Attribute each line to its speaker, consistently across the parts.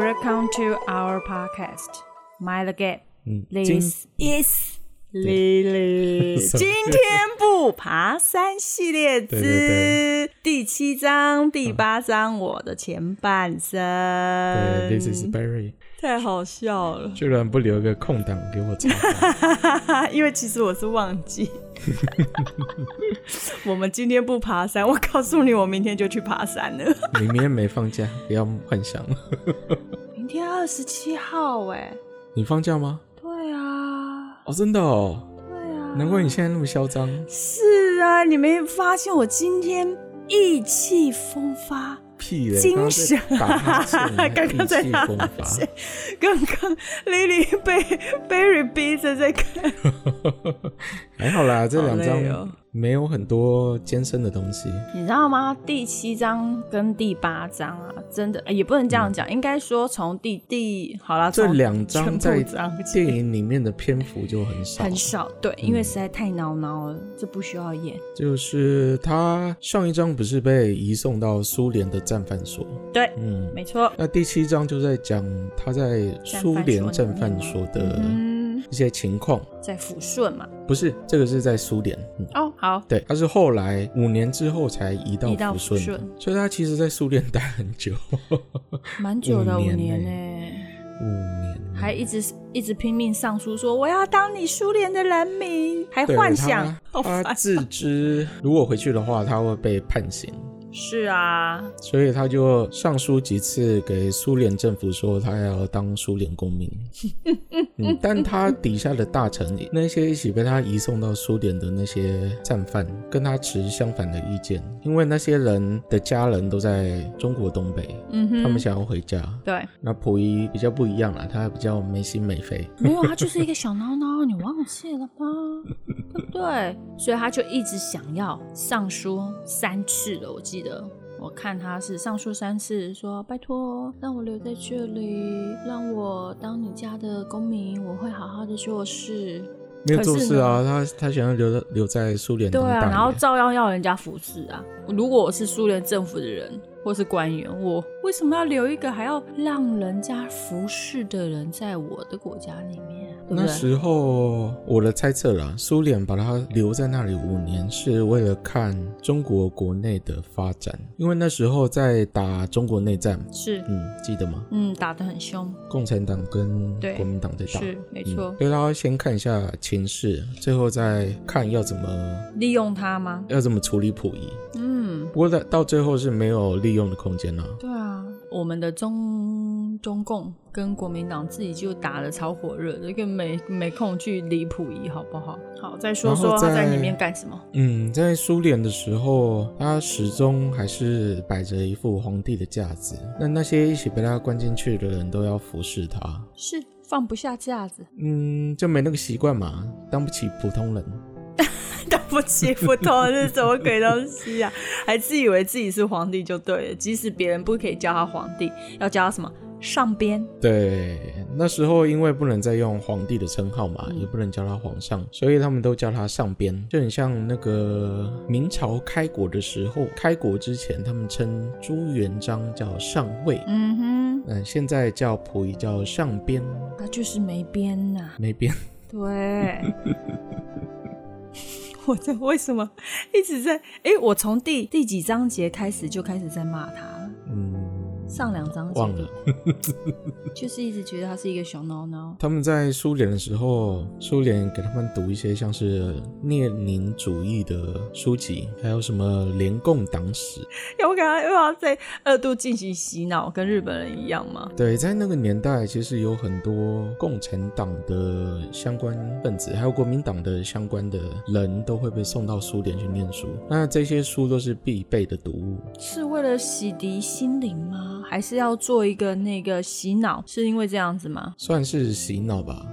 Speaker 1: to our podcast Mind the Gap。
Speaker 2: 嗯，今
Speaker 1: This is Lily。今天不爬山系列
Speaker 2: 对对
Speaker 1: 之第七章、第八章，我的前半生，
Speaker 2: 对，This is Barry，
Speaker 1: 太好笑了，
Speaker 2: 居然不留个空档给我查，
Speaker 1: 因为其实我是忘记。 我们今天不爬山，我告诉你，我明天就去爬山了。
Speaker 2: 明天没放假，不要幻想了。
Speaker 1: 明天二十七号、哎，
Speaker 2: 你放 假吗？
Speaker 1: 对啊，
Speaker 2: 哦，真的哦，
Speaker 1: 对啊，
Speaker 2: 难怪你现在那么嚣张。
Speaker 1: 是啊，你没发现我今天意气风发？
Speaker 2: 屁嘞，
Speaker 1: 精
Speaker 2: 刚刚
Speaker 1: 神
Speaker 2: 在打哈欠，
Speaker 1: 刚刚在
Speaker 2: 意气
Speaker 1: 打
Speaker 2: 风
Speaker 1: 哈
Speaker 2: 发。
Speaker 1: 欠刚刚 Lily 被 Barry 逼着在看，
Speaker 2: 还好啦，这
Speaker 1: 好
Speaker 2: 两
Speaker 1: 累哦
Speaker 2: 张没有很多艰深的东西。
Speaker 1: 你知道吗？第七章跟第八章啊，真的、哎也不能这样讲，应该说从第第好啦，
Speaker 2: 这
Speaker 1: 从
Speaker 2: 两张
Speaker 1: 全
Speaker 2: 在
Speaker 1: 部章
Speaker 2: 电影里面的篇幅就很少，
Speaker 1: 很少，对，因为实在太挠挠了，这不需要演。
Speaker 2: 就是他上一章不是被移送到苏联的战犯所？
Speaker 1: 对，
Speaker 2: 嗯，
Speaker 1: 没错，
Speaker 2: 那第七章就在讲他在苏联战犯所的
Speaker 1: 嗯，
Speaker 2: 一些情况，
Speaker 1: 在抚顺嘛。
Speaker 2: 不是这个是在苏联，嗯，
Speaker 1: 哦，好，
Speaker 2: 对，他是后来五年之后才移到
Speaker 1: 移到
Speaker 2: 抚顺
Speaker 1: 抚
Speaker 2: 的，所以他其实在苏联待很久，
Speaker 1: 蛮久的，
Speaker 2: 五
Speaker 1: 五
Speaker 2: 年
Speaker 1: 年
Speaker 2: 呢
Speaker 1: 呢、
Speaker 2: 五年，
Speaker 1: 还一直一直拼命上书说我要当你苏联的人民，还
Speaker 2: 对
Speaker 1: 幻想，好
Speaker 2: 他他
Speaker 1: 烦。
Speaker 2: 自知如果回去的话他会被判刑，
Speaker 1: 是啊，
Speaker 2: 所以他就上书几次给苏联政府说他要当苏联 公民，嗯，但他底下的大臣那些一起被他移送到苏联的那些战犯，跟他持相反的意见，因为那些人的家人都在中国东北，
Speaker 1: 嗯哼，
Speaker 2: 他们想要回家。
Speaker 1: 对，
Speaker 2: 那溥仪比较不一样啦，他比较没心没肺，
Speaker 1: 没有，他啊就是一个小孬孬，你忘记了吗？ 对不对？所以他就一直想要上书三次了，我记得。我看他是上书三次，说拜托让我留在这里，让我当你家的公民，我会好好的做事。
Speaker 2: 没有
Speaker 1: 可
Speaker 2: 做
Speaker 1: 是
Speaker 2: 事啊，他他想要留在留在苏联
Speaker 1: 对
Speaker 2: 当
Speaker 1: 啊，
Speaker 2: 大
Speaker 1: 然后
Speaker 2: 爷
Speaker 1: 照样要人家服侍啊。如果我是苏联政府的人或是官员，我为什么要留一个还要让人家服侍的人在我的国家里面啊、对不
Speaker 2: 那
Speaker 1: 对？
Speaker 2: 时候我的猜测啦，苏联把他留在那里五年，是为了看中国国内的发展，因为那时候在打中国内战，
Speaker 1: 是，
Speaker 2: 嗯，记得吗？
Speaker 1: 嗯，打得很凶，
Speaker 2: 共产党跟
Speaker 1: 对
Speaker 2: 国民党在打，
Speaker 1: 是没
Speaker 2: 嗯
Speaker 1: 错。
Speaker 2: 所以他要先看一下情势，最后再看要怎么
Speaker 1: 利用他吗？
Speaker 2: 要怎么处理溥仪。
Speaker 1: 嗯，
Speaker 2: 不过到到最后是没有利用的空间了、
Speaker 1: 对啊，我们的中中共跟国民党自己就打得超火热的，这个没没空去理溥仪，好不好？好，再说
Speaker 2: 然后
Speaker 1: 说他在
Speaker 2: 在
Speaker 1: 里面干什么？
Speaker 2: 嗯，在苏联的时候，他始终还是摆着一副皇帝的架子。那那些一起被他关进去的人都要服侍他，
Speaker 1: 是放不下架子，
Speaker 2: 嗯，就没那个习惯嘛，当不起普通人。
Speaker 1: 对不起，不通是什么鬼东西啊？还自以为自己是皇帝就对了，即使别人不可以叫他皇帝，要叫他什么上边？
Speaker 2: 对，那时候因为不能再用皇帝的称号嘛，也不能叫他皇上，所以他们都叫他上边，就很像那个明朝开国的时候，开国之前他们称朱元璋叫上尉，
Speaker 1: 嗯哼，
Speaker 2: 嗯，现在叫溥仪叫上边，
Speaker 1: 他就是没边 呐、
Speaker 2: 没边。
Speaker 1: 对。我在为什么一直在？哎，我从第第几章节开始就开始在骂他了，
Speaker 2: 嗯，
Speaker 1: 上两章节
Speaker 2: 忘了。
Speaker 1: 就是一直觉得他是一个小孬孬。
Speaker 2: 他们在苏联的时候，苏联给他们读一些像是列宁主义的书籍，还有什么联共党史。
Speaker 1: 有感觉又要在二度进行洗脑，跟日本人一样吗？
Speaker 2: 对，在那个年代，其实有很多共产党的相关分子，还有国民党的相关的人都会被送到苏联去念书。那这些书都是必备的读物。
Speaker 1: 是为了洗涤心灵吗？还是要做一个那个洗脑？是因为这样子吗？
Speaker 2: 算是洗脑吧。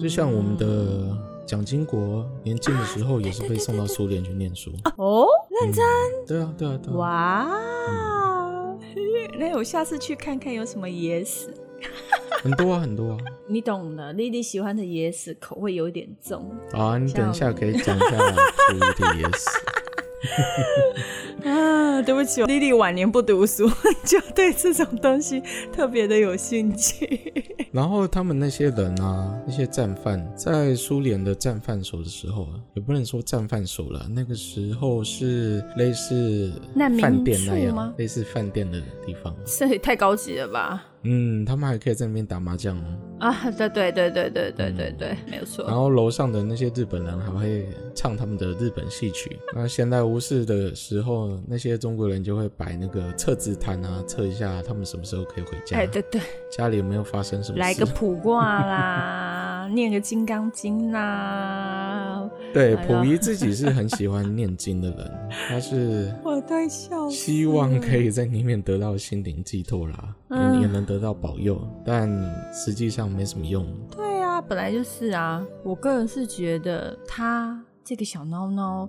Speaker 2: 就像我们的蒋经国年轻的时候也是被送到苏联去念书。
Speaker 1: 哦，
Speaker 2: 嗯认真？对啊，对啊，
Speaker 3: 嗯
Speaker 2: 对啊。
Speaker 1: 哇！哦 那我下次去看看有什么野史，
Speaker 2: 很多啊，很多啊。
Speaker 1: 你懂的。丽丽喜欢的野史口味有点重，
Speaker 2: 好啊，你等一下可以讲一下主题也是。
Speaker 3: 啊，对不起哦，莉莉晚年不读书， 就对这种东西特别的有兴 趣。
Speaker 2: 然后他们那些人啊，那些战犯，在苏联的战犯所的时候啊，也不能说战犯所了，那个时候是类似
Speaker 1: 难民
Speaker 2: 饭店那
Speaker 1: 处吗
Speaker 2: 样，类似饭店的地方。
Speaker 1: 这也太高级了吧？
Speaker 2: 嗯，他们还可以在那边打麻将哦。
Speaker 1: 啊，对对对对对对对对，没有
Speaker 2: 然
Speaker 1: 错。
Speaker 2: 后楼上的那些日本人还会唱他们的日本戏曲。那闲来无事的时候，那些中国人就会摆那个测字摊啊，测一下他们什么时候可以回家，
Speaker 1: 哎，对对，
Speaker 2: 家里有没有发生什么事。
Speaker 1: 来 个卜卦啦，念个《金刚经》啦，
Speaker 2: 对，
Speaker 1: 哎呀
Speaker 2: 溥仪自己是很喜欢念经的 人，他是
Speaker 3: 我太笑死
Speaker 2: 希望可以在里面得到心灵寄托啦，
Speaker 1: 嗯
Speaker 2: 也也能得到保佑，但实际上没什么用。
Speaker 1: 对啊，本来就是啊。我个人是觉得他这个小孬孬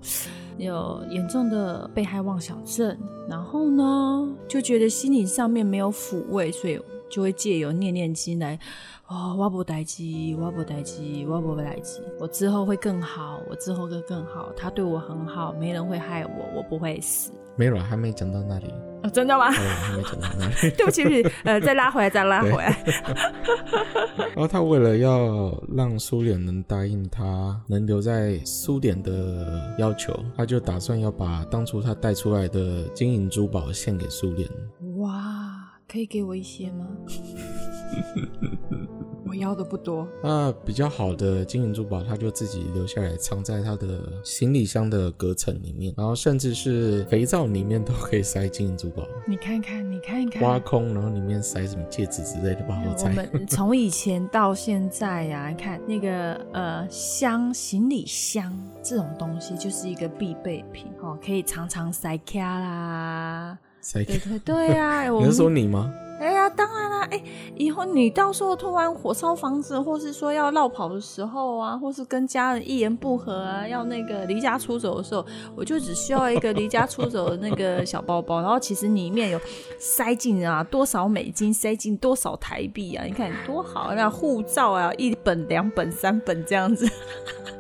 Speaker 1: 有严重的被害妄想症，然后呢就觉得心理上面没有抚慰，所以就会借由念念经来。哦，我不待机，我不待机，我不待机。我之后会更好，我之后会更好。他对我很好，没人会害我，我不会死。
Speaker 2: 没有啦，还没讲到那里，
Speaker 1: 哦、真的吗？
Speaker 2: 对，还没讲到那 里。
Speaker 1: 对不起，对不起，呃，再拉回来，再拉回来。
Speaker 2: 然后他为了要让苏联能答应他能留在苏联的要求，他就打算要把当初他带出来的金银珠宝献给苏联。
Speaker 1: 哇，可以给我一些吗？我要的不多。
Speaker 2: 那比较好的金银珠宝，他就自己留下来藏在他的行李箱的隔层里面，然后甚至是肥皂里面都可以塞金银珠 宝，
Speaker 1: 你看看，你看看，
Speaker 2: 挖空然后里面塞什么戒指之类的吧，我
Speaker 1: 我
Speaker 2: 猜。
Speaker 1: 们从以前到现在呀、你看那个呃箱、行李箱这种东西，就是一个必备品哦，可以常常塞卡啦。
Speaker 2: 塞给
Speaker 1: 对对 对啊，我
Speaker 2: 你
Speaker 1: 们
Speaker 2: 是说你吗？
Speaker 1: 哎呀，当然啦，哎，以后你到时候突然火烧房子，或是说要绕跑的时候啊，或是跟家人一言不合啊，要那个离家出走的时候，我就只需要一个离家出走的那个小包包，然后其实里面有塞进啊多少美金，塞进多少台币啊，你看多好，那护照啊一本、两本、三本这样子，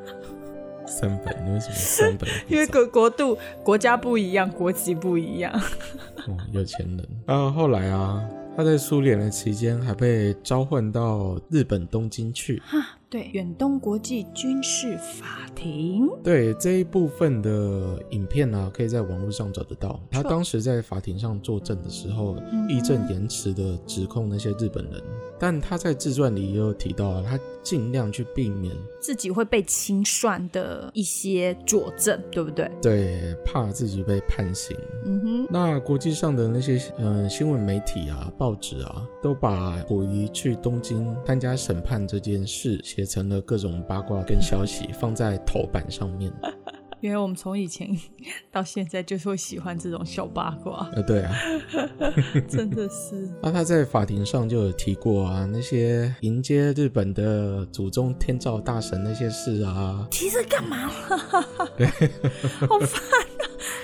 Speaker 2: 三本？你为什么三本？
Speaker 3: 因为各国度国家不一样，国籍不一样。
Speaker 2: 哦，有钱人。啊，后来啊，他在苏联的期间还被召唤到日本东京去。
Speaker 1: 哈，对，远东国际军事法庭，
Speaker 2: 对这一部分的影片呢、可以在网络上找得到。他当时在法庭上作证的时候，
Speaker 1: 嗯
Speaker 2: 义正言辞的指控那些日本人。但他在自传里也有提到啊，他尽量去避免，
Speaker 1: 自己会被清算的一些佐证，对不对？
Speaker 2: 对，怕自己被判刑。
Speaker 1: 嗯哼。
Speaker 2: 那国际上的那些呃新闻媒体啊、报纸啊，都把溥仪去东京参加审判这件事写成了各种八卦跟消息，放在头版上面。
Speaker 3: 原来我们从以前到现在就是会喜欢这种小八 卦，
Speaker 2: 呃，对啊，
Speaker 3: 真的是。
Speaker 2: 那他在法庭上就有提过啊，那些迎接日本的祖宗天照大神那些事啊，
Speaker 1: 提这干 嘛？
Speaker 3: 好烦啊！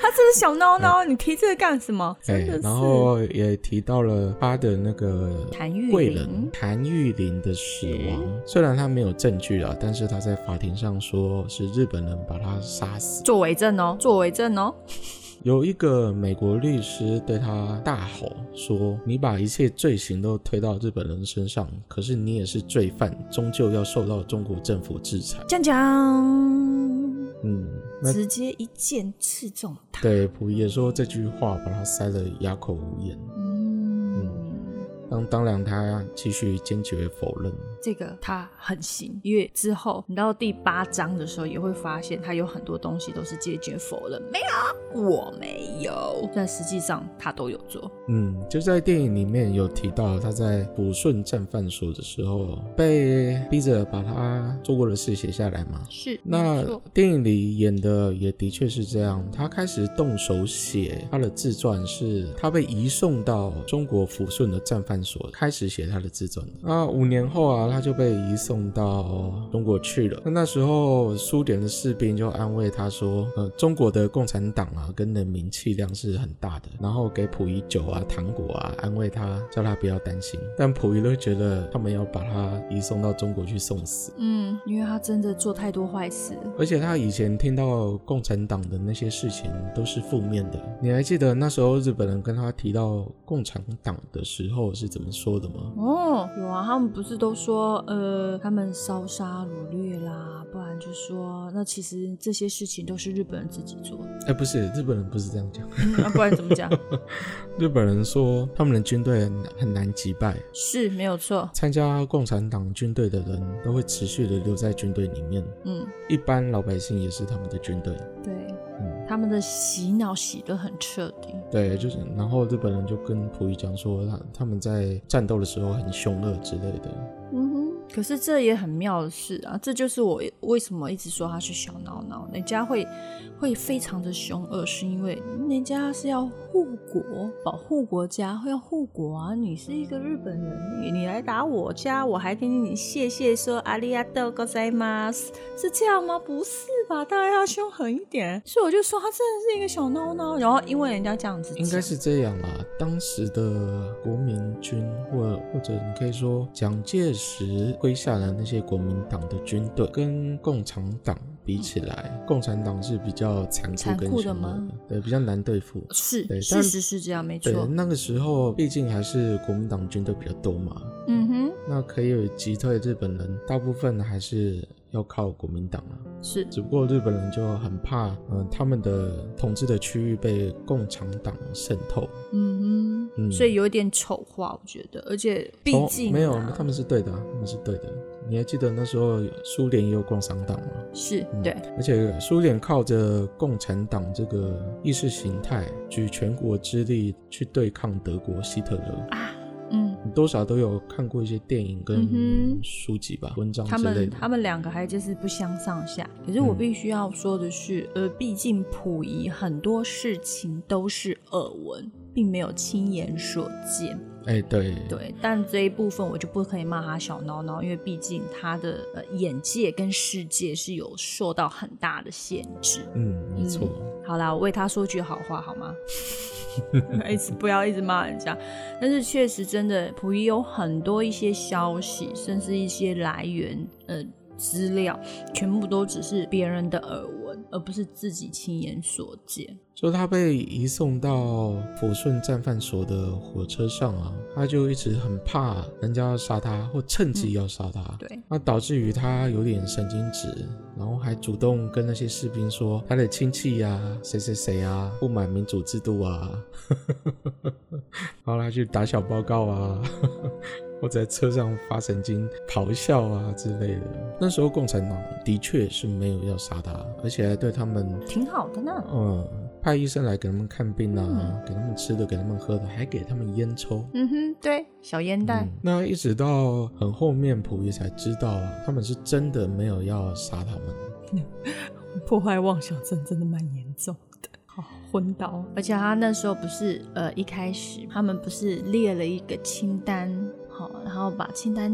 Speaker 3: 他这是小孬孬，你提这个干什么？
Speaker 2: 哎
Speaker 3: 真的，是。
Speaker 2: 然后也提到了他的那个
Speaker 1: 谭玉
Speaker 2: 贵
Speaker 1: 玲
Speaker 2: 人谭玉玲的死亡，虽然他没有证据啊，但是他在法庭上说是日本人把他杀死。
Speaker 1: 作为证哦，作为证哦。
Speaker 2: 有一个美国律师对他大吼说：“你把一切罪行都推到日本人身上，可是你也是罪犯，终究要受到中国政府制裁。
Speaker 1: 讲讲，”
Speaker 2: 嗯，那
Speaker 1: 直接一剑刺中他。
Speaker 2: 对溥仪也说这句话把他塞得哑口无言。
Speaker 1: 嗯，
Speaker 2: 当当然，他继续坚决否认。
Speaker 1: 这个他很行，因为之后你到第八章的时候，也会发现他有很多东西都是坚决否认，没有，我没有，但实际上他都有做。
Speaker 2: 嗯，就在电影里面有提到，他在抚顺战犯所的时候，被逼着把他做过的事写下来嘛。
Speaker 1: 是，
Speaker 2: 那电影里演的也的确是这样，他开始动手写他的自传，是他被移送到中国抚顺的战犯所开始写他的自传。那五年后啊，他就被移送到中国去了。那那时候苏联的士兵就安慰他说：“呃，中国的共产党啊，跟人民气量是很大的。”然后给溥仪酒啊、糖果啊，安慰他，叫他不要担心。但溥仪都觉得他们要把他移送到中国去送死。
Speaker 1: 嗯，因为他真的做太多坏事了。
Speaker 2: 而且他以前听到共产党的那些事情都是负面的。你还记得那时候日本人跟他提到共产党的时候是怎么说的吗？
Speaker 1: 哦，有啊，他们不是都说，呃，他们烧杀掳掠啦，不然就说，那其实这些事情都是日本人自己做的，
Speaker 2: 哎，不是，日本人不是这样讲。
Speaker 1: 嗯啊、不然怎么讲？
Speaker 2: 日本人说他们的军队很很难击败，
Speaker 1: 是没有错，
Speaker 2: 参加共产党军队的人都会持续的留在军队里面，
Speaker 1: 嗯，
Speaker 2: 一般老百姓也是他们的军队。
Speaker 1: 对，
Speaker 2: 嗯
Speaker 1: 他们的洗脑洗得很彻底，
Speaker 2: 对，就是，然后日本人就跟溥仪讲说，他他们在战斗的时候很凶恶之类的。
Speaker 1: 嗯哼。可是这也很妙的事啊，这就是我为什么一直说他是小闹闹，人家会会非常的凶恶，是因为人家是要护国、保护国家，会要护国啊。你是一个日本人，你你来打我家，我还给你谢谢说阿里亚豆哥塞吗？是这样吗？不是吧？当然要凶狠一点。所以我就说他真的是一个小闹闹，然后因为人家这样子讲，
Speaker 2: 应该是这样啦。当时的国民军，或或者你可以说蒋介石麾下的那些国民党的军队，跟共产党比起来，共产党是比较残
Speaker 1: 嗯
Speaker 2: 酷
Speaker 1: 残
Speaker 2: 跟
Speaker 1: 酷的
Speaker 2: 凶恶
Speaker 1: 吗
Speaker 2: 的，对，比较难对付。
Speaker 1: 是
Speaker 2: 对
Speaker 1: 事
Speaker 2: 但
Speaker 1: 实是这样，没
Speaker 2: 对
Speaker 1: 错，。
Speaker 2: 那个时候毕竟还是国民党军队比较多嘛，
Speaker 1: 嗯哼。
Speaker 2: 那可以击退日本人，大部分还是要靠国民党啊。
Speaker 1: 是
Speaker 2: 只不过日本人就很怕，嗯、他们的统治的区域被共产党渗透，
Speaker 1: 嗯哼，
Speaker 2: 嗯
Speaker 1: 所以有一点丑化，我觉得，而且毕
Speaker 2: 哦
Speaker 1: 竟、
Speaker 2: 没有，他们是对的啊，他们是对的。你还记得那时候苏联也有共产党吗？
Speaker 1: 是
Speaker 2: 嗯
Speaker 1: 对，
Speaker 2: 而且苏联靠着共产党这个意识形态，举全国之力去对抗德国希特勒。
Speaker 1: 嗯，
Speaker 2: 你多少都有看过一些电影
Speaker 1: 嗯
Speaker 2: 跟
Speaker 1: 哼
Speaker 2: 书籍吧，文章
Speaker 1: 他
Speaker 2: 之类
Speaker 1: 们
Speaker 2: 的。
Speaker 1: 他们两个还真是不相上下。可是我
Speaker 2: 嗯
Speaker 1: 必须要说的是，呃，毕竟溥仪很多事情都是耳闻，并没有亲眼所见。
Speaker 2: 哎、对，
Speaker 1: 对，但这一部分我就不可以骂他小孬孬，因为毕竟他的呃眼界跟世界是有受到很大的限制。
Speaker 2: 嗯，没错。
Speaker 1: 好啦，我为他说句好话好吗？ 一直不要一直骂人家，但是确实真的，溥仪有很多一些消息，甚至一些来源，呃，资料全部都只是别人的耳闻，而不是自己亲眼所见。
Speaker 2: 就他被移送到抚顺战犯所的火车上啊，他就一直很怕人家要杀他，或趁
Speaker 1: 嗯
Speaker 2: 机要杀他。
Speaker 1: 对，
Speaker 2: 那导致于他有点神经质，然后还主动跟那些士兵说他的亲戚呀、谁谁谁啊，不满民主制度啊， 然后他去打小报告啊， 或者在车上发神经、咆哮啊之类的。那时候共产党的确是没有要杀他，而且还对他们，
Speaker 1: 挺好的呢。
Speaker 2: 嗯，派医生来给他们看病啊，
Speaker 1: 嗯
Speaker 2: 给他们吃的，给他们喝的，还给他们烟抽。
Speaker 1: 嗯哼，对，小烟袋
Speaker 2: 嗯，那一直到很后面，溥仪才知道啊，他们是真的没有要杀他们。
Speaker 3: 破坏妄想症真的蛮严重的，好昏倒。
Speaker 1: 而且他那时候不是呃一开始他们不是列了一个清单。好，然后把清单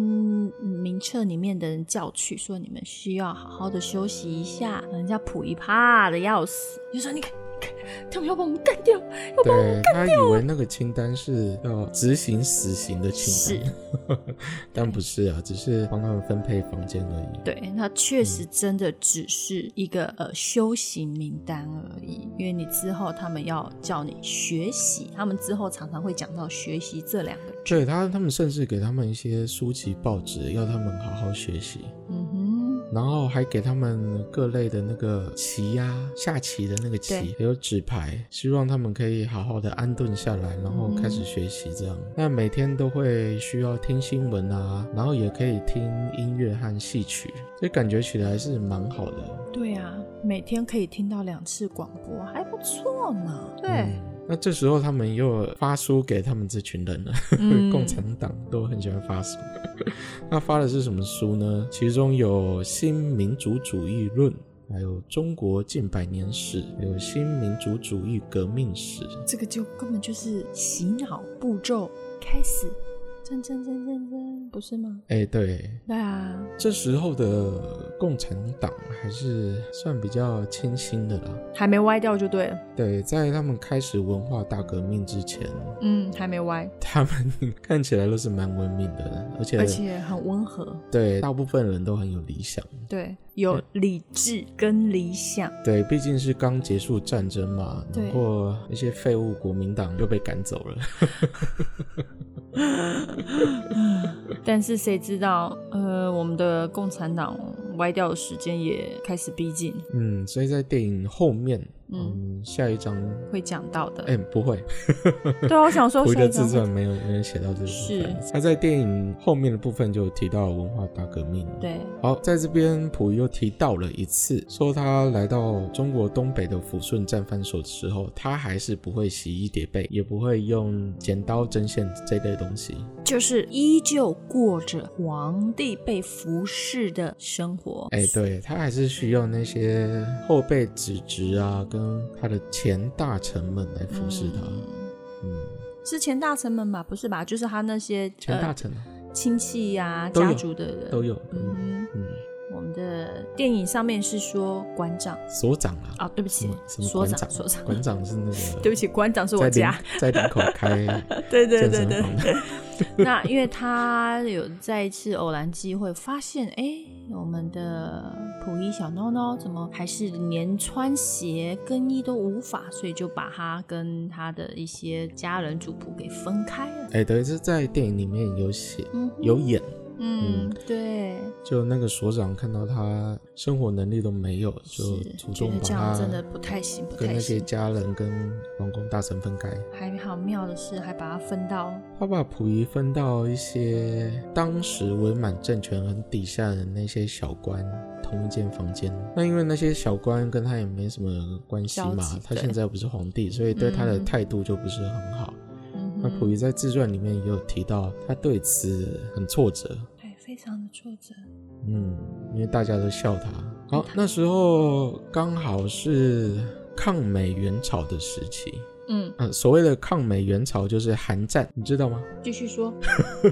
Speaker 1: 名册里面的人叫去，说你们需要好好的休息一下。人家溥仪怕的要死，就说你看，你看，他们要把我们干掉，要把我们
Speaker 2: 对他以为那个清单是要执行死刑的清单， 但不是啊，只是帮他们分配房间而已。
Speaker 1: 对，那确实真的只是一个呃修行名单而已，因为你之后他们要叫你学习，他们之后常常会讲到学习这两个字。
Speaker 2: 对他，他们甚至给他们一些书籍、报纸，要他们好好学习，
Speaker 1: 嗯哼，
Speaker 2: 然后还给他们各类的那个棋呀、下棋的那个棋，
Speaker 1: 对
Speaker 2: 还有纸牌，希望他们可以好好的安顿下来，然后开始学习这样。
Speaker 1: 嗯
Speaker 2: 那每天都会需要听新闻啊，然后也可以听音乐和戏曲，所以感觉起来是蛮好的。
Speaker 1: 对啊，每天可以听到两次广播，还不错呢。对，
Speaker 2: 嗯那这时候他们又发书给他们这群人了，
Speaker 3: 嗯
Speaker 2: 共产党都很喜欢发书。 那发的是什么书呢？其中有《新民主主义论》，还有《中国近百年史》，还有《新民主主义革命史》。
Speaker 1: 这个就根本就是洗脑步骤开始真真真真真，不是吗？
Speaker 2: 哎，对，
Speaker 1: 对啊，
Speaker 2: 这时候的共产党还是算比较清新的啦。
Speaker 3: 还没歪掉就对了。
Speaker 2: 对，在他们开始文化大革命之前，
Speaker 3: 嗯，还没歪，
Speaker 2: 他们 看起来都是蛮文明的，而且
Speaker 3: 而且很温和。
Speaker 2: 对大部分人都很有理想。
Speaker 3: 对，有理智跟理想。
Speaker 2: 对，毕竟是刚结束战争嘛，
Speaker 3: 对
Speaker 2: 然后那些废物国民党又被赶走了。
Speaker 1: 但是谁知道，呃，我们的共产党歪掉的时间也开始逼近，
Speaker 2: 嗯，所以在电影后面，嗯，下一章，
Speaker 1: 会讲到的。
Speaker 2: 哎、不会，
Speaker 3: 对啊，我想说
Speaker 2: 回
Speaker 3: 谁
Speaker 2: 的
Speaker 3: 怎
Speaker 2: 自传
Speaker 3: 么
Speaker 2: 没有没有写到这个部分。
Speaker 1: 是
Speaker 2: 他在电影后面的部分就提到了文化大革命。。
Speaker 1: 对，
Speaker 2: 好，在这边溥仪又提到了一次，说他来到中国东北的抚顺战犯所的时候，他还是不会洗衣叠被，也不会用剪刀、针线这类东西。
Speaker 1: 就是依旧过着皇帝被服侍的生活。
Speaker 2: 哎，对他还是需要那些后辈子侄啊，跟他的前大臣们来服侍他。
Speaker 1: 嗯
Speaker 2: 嗯，
Speaker 1: 是前大臣们吧？不是吧？就是他那些
Speaker 2: 前大臣、啊
Speaker 1: 呃亲戚呀、
Speaker 2: 都有
Speaker 1: 家族的人
Speaker 2: 都有。都有
Speaker 1: 嗯
Speaker 2: 嗯，
Speaker 1: 哼，我们的电影上面是说馆长
Speaker 2: 所长啊，
Speaker 1: 啊，对不起
Speaker 2: 什么，什么
Speaker 1: 所
Speaker 2: 馆
Speaker 1: 长，
Speaker 2: 长？
Speaker 1: 所长，
Speaker 2: 馆长是那个
Speaker 3: 对不起，馆长是我
Speaker 2: 在
Speaker 3: 家。
Speaker 2: 林在林口开
Speaker 3: 对对
Speaker 2: 健
Speaker 3: 对
Speaker 2: 身
Speaker 3: 对，
Speaker 2: 房的。
Speaker 1: 那因为他有在一次偶然机会发现，哎、我们的溥仪小孬孬怎么还是连穿鞋更衣都无法，所以就把他跟他的一些家人族谱给分开了。
Speaker 2: 哎，对，这在电影里面有写
Speaker 1: 嗯
Speaker 2: 有演，
Speaker 1: 嗯，对，
Speaker 2: 就那个所长看到他生活能力都没有，就是主
Speaker 1: 觉
Speaker 2: 动
Speaker 1: 得
Speaker 2: 把
Speaker 1: 这样
Speaker 2: 他
Speaker 1: 真的不太行，不
Speaker 2: 跟
Speaker 1: 太
Speaker 2: 那些
Speaker 1: 行。
Speaker 2: 家人跟王公大臣分开。
Speaker 1: 还好妙的是，还把他分到
Speaker 2: 他把溥仪分到一些当时伪满政权很底下的那些小官同一间房间。那因为那些小官跟他也没什么关系
Speaker 1: 交
Speaker 2: 嘛
Speaker 1: 集，
Speaker 2: 他
Speaker 1: 对
Speaker 2: 现在不是皇帝，所以对他的
Speaker 1: 嗯
Speaker 2: 态度就不是很好。
Speaker 1: 嗯
Speaker 2: 那溥
Speaker 1: 哼，
Speaker 2: 仪在自传里面也有提到，他对此很挫折。
Speaker 1: 对，哎非常的挫折。
Speaker 2: 嗯，因为大家都笑他。好，那时候刚好是抗美援朝的时期。
Speaker 1: 嗯，
Speaker 2: 嗯、所谓的抗美援朝就是韩战，你知道吗？
Speaker 1: 继续 说，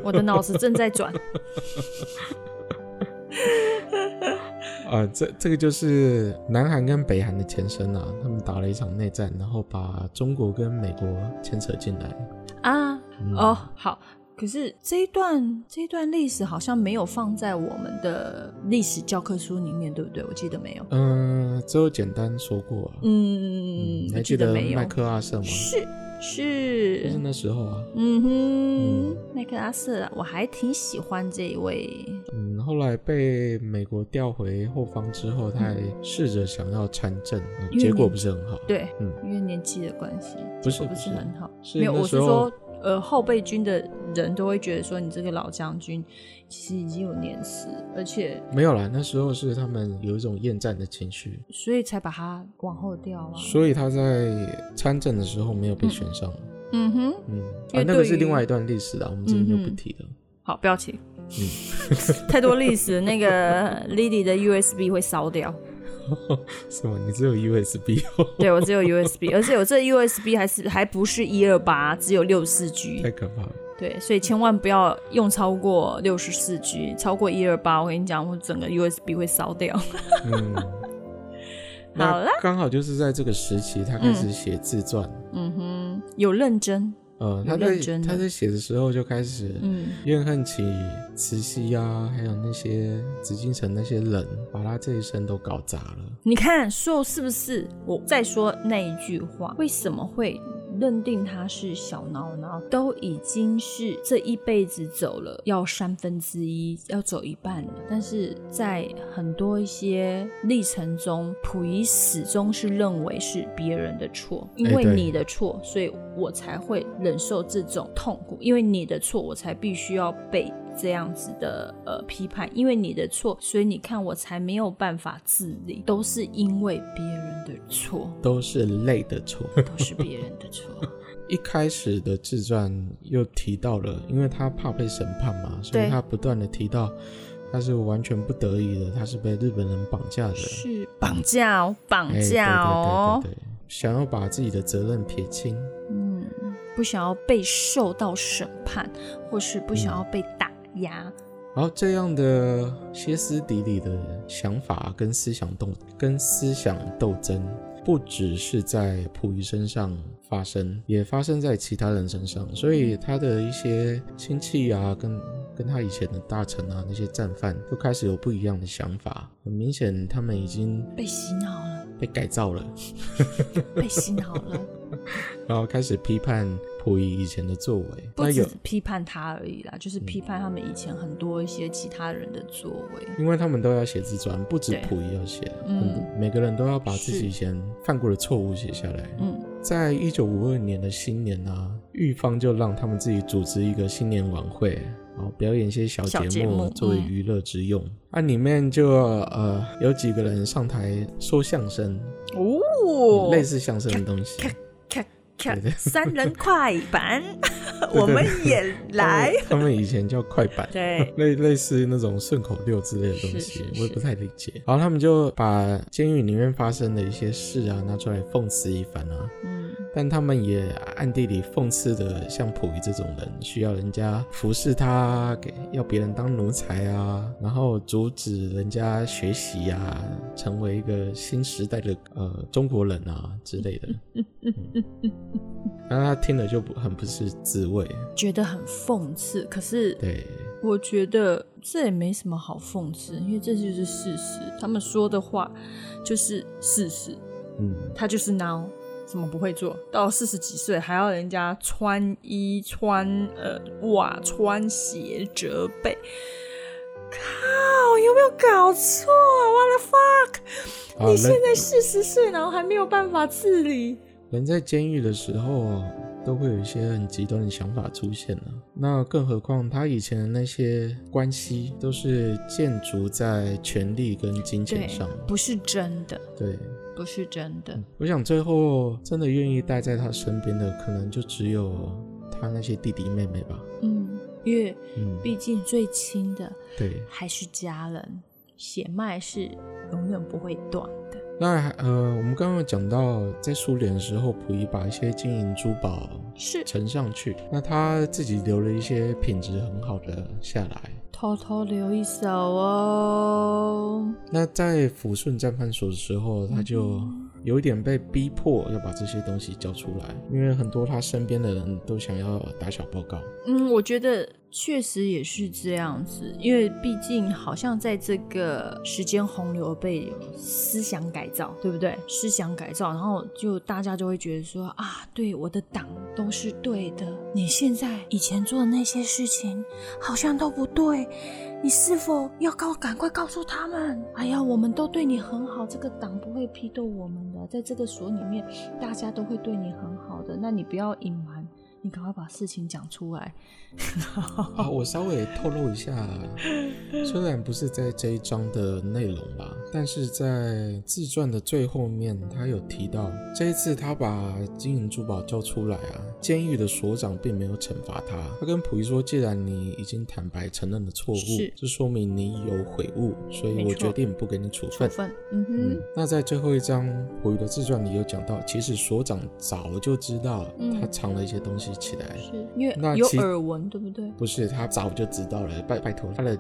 Speaker 1: 我的脑子正在转。
Speaker 2: 啊，这这个就是南韩跟北韩的前身啊，他们打了一场内战，然后把中国跟美国牵扯进来。
Speaker 1: 啊，
Speaker 2: 嗯
Speaker 1: 哦，好。可是这一段这一段历史好像没有放在我们的历史教科书里面，对不对？我记得没有。
Speaker 2: 嗯、只有简单说过、啊。
Speaker 1: 嗯，
Speaker 2: 你
Speaker 1: 我
Speaker 2: 还记得
Speaker 1: 没有
Speaker 2: 麦。克阿瑟吗？
Speaker 1: 是
Speaker 2: 就是
Speaker 1: 是，
Speaker 2: 那时候啊。
Speaker 1: 嗯
Speaker 2: 嗯
Speaker 1: 哼，麦克阿瑟，我还挺喜欢这一位。
Speaker 2: 嗯，后来被美国调回后方之后，他还试着想要参政，嗯
Speaker 1: 嗯因为
Speaker 2: 结果
Speaker 1: 你
Speaker 2: 不是很好。，
Speaker 1: 对，
Speaker 2: 嗯
Speaker 1: 因为年纪的关系，
Speaker 2: 不
Speaker 1: 结
Speaker 2: 是
Speaker 1: 果不
Speaker 2: 不
Speaker 1: 是
Speaker 2: 是
Speaker 1: 很好。
Speaker 2: 是
Speaker 1: 没有，
Speaker 2: 那
Speaker 1: 我
Speaker 2: 时
Speaker 1: 是
Speaker 2: 候
Speaker 1: 说，呃，后备军的人都会觉得说，你这个老将军其实已经有年事，而且
Speaker 2: 没有啦，那时候是他们有一种厌战的情绪，
Speaker 1: 所以才把他往后调啊。
Speaker 2: 所以他在参政的时候没有被选上。
Speaker 1: 嗯哼，
Speaker 2: 嗯，
Speaker 1: 因
Speaker 2: 啊，
Speaker 1: 为
Speaker 2: 那个是
Speaker 1: 对于
Speaker 2: 另外一段历史啦，我们这边就不
Speaker 1: 嗯哼
Speaker 2: 提了。
Speaker 1: 好，不要提，嗯 太多历史，那个 Lily 的 USB 会烧掉。
Speaker 2: 什么？你只有 USB 哦？
Speaker 1: 对我只有 USB，而且我这 USB 还是还不是一二八，只有六四 G
Speaker 2: 太。可怕了！
Speaker 1: 对，所以千万不要用超过六十四 G，超过一二八，我跟你讲，我整个 USB 会烧掉。
Speaker 2: 嗯，
Speaker 1: 好了
Speaker 2: 那刚好就是在这个时期，他开始写自传。
Speaker 1: 嗯哼，有认真，
Speaker 2: 呃，
Speaker 1: 嗯
Speaker 2: 他
Speaker 1: 有
Speaker 2: 在
Speaker 1: 认真的
Speaker 2: 他在写的时候就开始
Speaker 1: 嗯
Speaker 2: 怨恨起慈禧啊，还有那些紫禁城那些人，把他这一生都搞砸了。
Speaker 1: 你看说是不是？我再说那一句话，为什么会认定他是小孬孬？都已经是这一辈子走了，要三分之一，要走一半了。但是在很多一些历程中，溥仪始终是认为是别人的错，因为
Speaker 2: 对
Speaker 1: 你的错，所以我才会忍受这种痛苦，因为你的错，我才必须要被这样子的呃批判，因为你的错，所以你看我才没有办法自理，都是因为别人的错，
Speaker 2: 都是累的错。
Speaker 1: 都是别人的 错。
Speaker 2: 一开始的自传又提到了，因为他怕被审判嘛，所以
Speaker 1: 对
Speaker 2: 他不断的提到他是完全不得已的，他是被日本人绑架的。
Speaker 1: 是绑架哦，绑
Speaker 2: 哎对
Speaker 1: 架哦
Speaker 2: 对，对对对，想要把自己的责任撇清，
Speaker 1: 嗯，不想要被受到审判，或是不
Speaker 2: 嗯
Speaker 1: 想要被打压。
Speaker 2: 然后这样的歇斯底里的想法跟思想斗跟思想斗争，不只是在溥仪身上发生，也发生在其他人身上。所以他的一些亲戚啊，跟跟他以前的大臣啊，那些战犯就开始有不一样的想法。很明显，他们已经
Speaker 1: 被洗脑了，
Speaker 2: 被改造了，
Speaker 1: 被洗脑 了，
Speaker 2: 然后开始批判溥仪以前的作为。
Speaker 1: 不
Speaker 2: 那
Speaker 1: 只
Speaker 2: 有
Speaker 1: 是批判他而已啦，就是批判他们以前很多一些其他人的作为。
Speaker 2: 因为他们都要写自传，不止
Speaker 1: 对
Speaker 2: 溥仪要写，
Speaker 1: 嗯
Speaker 2: 很多每个人都要把自
Speaker 1: 是
Speaker 2: 己以前犯过的错误写下来。
Speaker 1: 嗯，
Speaker 2: 在一九五二年的新年啊，玉芳就让他们自己组织一个新年晚会，然后表演一些小节
Speaker 1: 小节目嗯
Speaker 2: 作为娱乐之用。啊，里面就呃有几个人上台说相声，
Speaker 3: 哦
Speaker 2: 类似相声的东西。
Speaker 3: 咔咔
Speaker 2: 对对
Speaker 3: 三人快 板，
Speaker 2: 对
Speaker 3: 我们也来。
Speaker 2: 哦他们他们以前叫快板。
Speaker 3: 对，
Speaker 2: 类类似那种顺口溜之类的东西，
Speaker 1: 是是是
Speaker 2: 我也不太理解。然后他们就把监狱里面发生的一些事啊拿出来讽刺一番啊，
Speaker 1: 嗯，
Speaker 2: 但他们也暗地里讽刺的，像溥仪这种人，需要人家服侍他，给要别人当奴才啊，然后阻止人家学习啊，成为一个新时代的呃中国人啊之类的。然后他听了就不很不是滋味，
Speaker 1: 觉得很讽刺，可是
Speaker 2: 对，
Speaker 1: 我觉得这也没什么好讽刺，因为这就是事实，他们说的话就是事实。
Speaker 2: 嗯，
Speaker 1: 他就是 now，
Speaker 3: 怎么不会做？到四十几岁还要人家穿衣、穿呃袜、穿鞋、折被，靠，有没有搞错？What the fuck！、
Speaker 2: 好
Speaker 3: 你现
Speaker 2: 人
Speaker 3: 在四十岁，然后还没有办法自理，
Speaker 2: 人在监狱的时候哦都会有一些很极端的想法出现了、那更何况他以前的那些关系都是建筑在权力跟金钱上。
Speaker 1: 不是真的，
Speaker 2: 对，
Speaker 1: 不是真的。
Speaker 2: 我想最后哦真的愿意待在他身边的，可能就只有他那些弟弟妹妹吧。
Speaker 1: 嗯，因为
Speaker 2: 嗯，
Speaker 1: 毕竟最亲的
Speaker 2: 对。
Speaker 1: 还是家人，血脉是永远不会断的。
Speaker 2: 那还呃，我们刚刚有讲到，在苏联的时候，溥仪把一些金银珠宝
Speaker 1: 是
Speaker 2: 呈上去，那他自己留了一些品质很好的下来。
Speaker 1: 偷偷留一手哦。
Speaker 2: 那在抚顺战犯所的时候，他就
Speaker 1: 嗯
Speaker 2: 有一点被逼迫要把这些东西交出来，因为很多他身边的人都想要打小报 告。
Speaker 1: 嗯，我觉得确实也是这样子，因为毕竟好像在这个时间洪流被有思想改造，对不对？思想改造，然后就大家就会觉得说啊，对，我的党都是对的，你现在以前做的那些事情好像都不对，你是否要告赶快告诉他们？哎呀，我们都对你很好，这个党不会批斗我们的，在这个所里面大家都会对你很好的，那你不要隐瞒。你赶快把事情讲出来，
Speaker 2: 啊，我稍微透露一下，虽然不是在这一章的内容吧，但是在自传的最后面，他有提到，这一次他把金银珠宝交出来啊，监狱的所长并没有惩罚他，他跟溥仪说，既然你已经坦白承认了错误
Speaker 1: 是，
Speaker 2: 这说明你有悔悟，所以
Speaker 1: 没
Speaker 2: 我
Speaker 1: 错
Speaker 2: 决定不给你处
Speaker 1: 处
Speaker 2: 分。
Speaker 1: 分。嗯
Speaker 2: 嗯
Speaker 1: 哼，，
Speaker 2: 那在最后一章溥仪的自传里有讲到，其实所长早就知道
Speaker 1: 嗯
Speaker 2: 他藏了一些东西起来，
Speaker 1: 是因
Speaker 2: 那
Speaker 1: 为有
Speaker 2: 其
Speaker 1: 耳闻，对不对？
Speaker 2: 不是他早就知道了，拜拜托他的